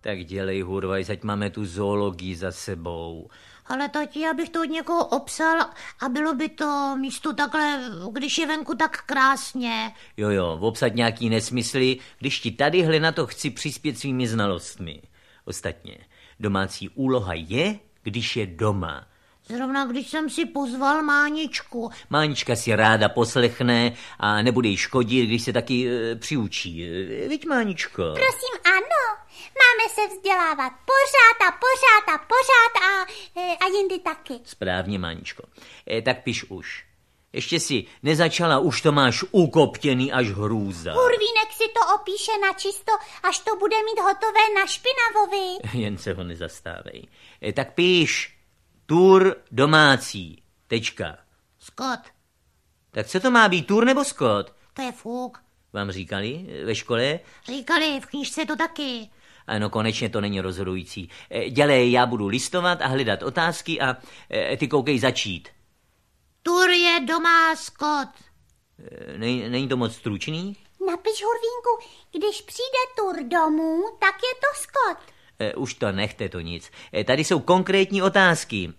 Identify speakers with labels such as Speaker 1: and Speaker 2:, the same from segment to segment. Speaker 1: Tak dělej, Hurvaj, ať máme tu zoologii za sebou.
Speaker 2: Ale tati, já bych to od někoho obsal a bylo by to místo takhle, když je venku tak krásně.
Speaker 1: Jo, jo, obsat nějaký nesmysly, když ti tadyhle na to chci přispět svými znalostmi. Ostatně, domácí úloha je, když je doma.
Speaker 2: Zrovna když jsem si pozval Máničku.
Speaker 1: Mánička si ráda poslechne a nebude jí škodit, když se taky e, přiučí. E, Viď, Máničko?
Speaker 3: Prosím, ano. Máme se vzdělávat pořád a pořád a pořád a, eh, a jindy taky.
Speaker 1: Správně, Máničko. E, tak piš už. Ještě si nezačala, už to máš ukoptěný až hrůza.
Speaker 3: Kurvínek si to opíše na čisto, až to bude mít hotové na špinavovi.
Speaker 1: Jen se ho nezastávej. E, tak píš, tur domácí, tečka.
Speaker 2: Skot,
Speaker 1: Tak co to má být, tur nebo skot?
Speaker 2: to je fuk.
Speaker 1: Vám říkali e, ve škole?
Speaker 2: Říkali, v knížce to taky.
Speaker 1: Ano, konečně to není rozhodující. E, Dělej, já budu listovat a hledat otázky a e, ty koukej začít.
Speaker 2: Tur je doma skot.
Speaker 1: E, Nej, není to moc stručný?
Speaker 3: Napiš, Hurvínku, když přijde tur domů, tak je to skot.
Speaker 1: E, Už to nechte to nic. E, Tady jsou konkrétní otázky.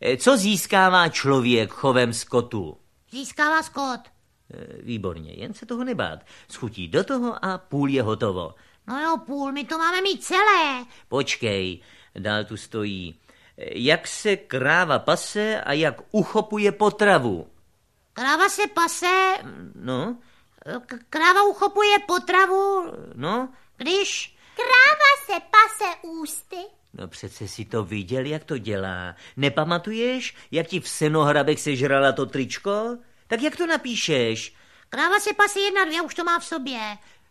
Speaker 1: E, Co získává člověk chovem skotu?
Speaker 2: Získává skot.
Speaker 1: E, Výborně, jen se toho nebát. Schutí do toho a půl je hotovo.
Speaker 2: No jo, půl, my to máme mít celé.
Speaker 1: Počkej, dál tu stojí. E, Jak se kráva pase a jak uchopuje potravu?
Speaker 2: Kráva se pase,
Speaker 1: No,
Speaker 2: k- kráva uchopuje potravu,
Speaker 1: no,
Speaker 2: když...
Speaker 3: Kráva se pase ústy.
Speaker 1: No přece si to viděl, jak to dělá. Nepamatuješ, jak ti v senohrabech sežrala to tričko? Tak jak to napíšeš?
Speaker 2: Kráva se pase jedna, dvě, už to má v sobě.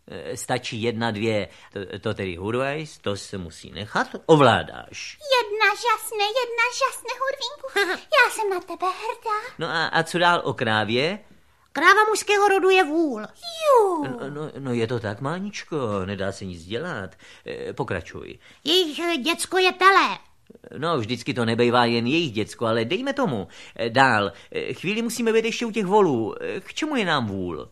Speaker 1: E, Stačí jedna, dvě. To, to tedy Hurvajs, to se musí nechat, ovládáš.
Speaker 3: Jedna žasne, jedna žasne, Hurvínku. Já jsem na tebe hrdá.
Speaker 1: No a, a co dál o krávě?
Speaker 2: Kráva mužského rodu je vůl.
Speaker 3: Jú.
Speaker 1: No, no, no je to tak, Máničko, nedá se nic dělat. E, pokračuj.
Speaker 2: Jejich eh, děcko je tele.
Speaker 1: No, vždycky to nebejvá jen jejich děcko, ale dejme tomu. E, Dál, E, chvíli musíme být ještě u těch volů. E, K čemu je nám vůl?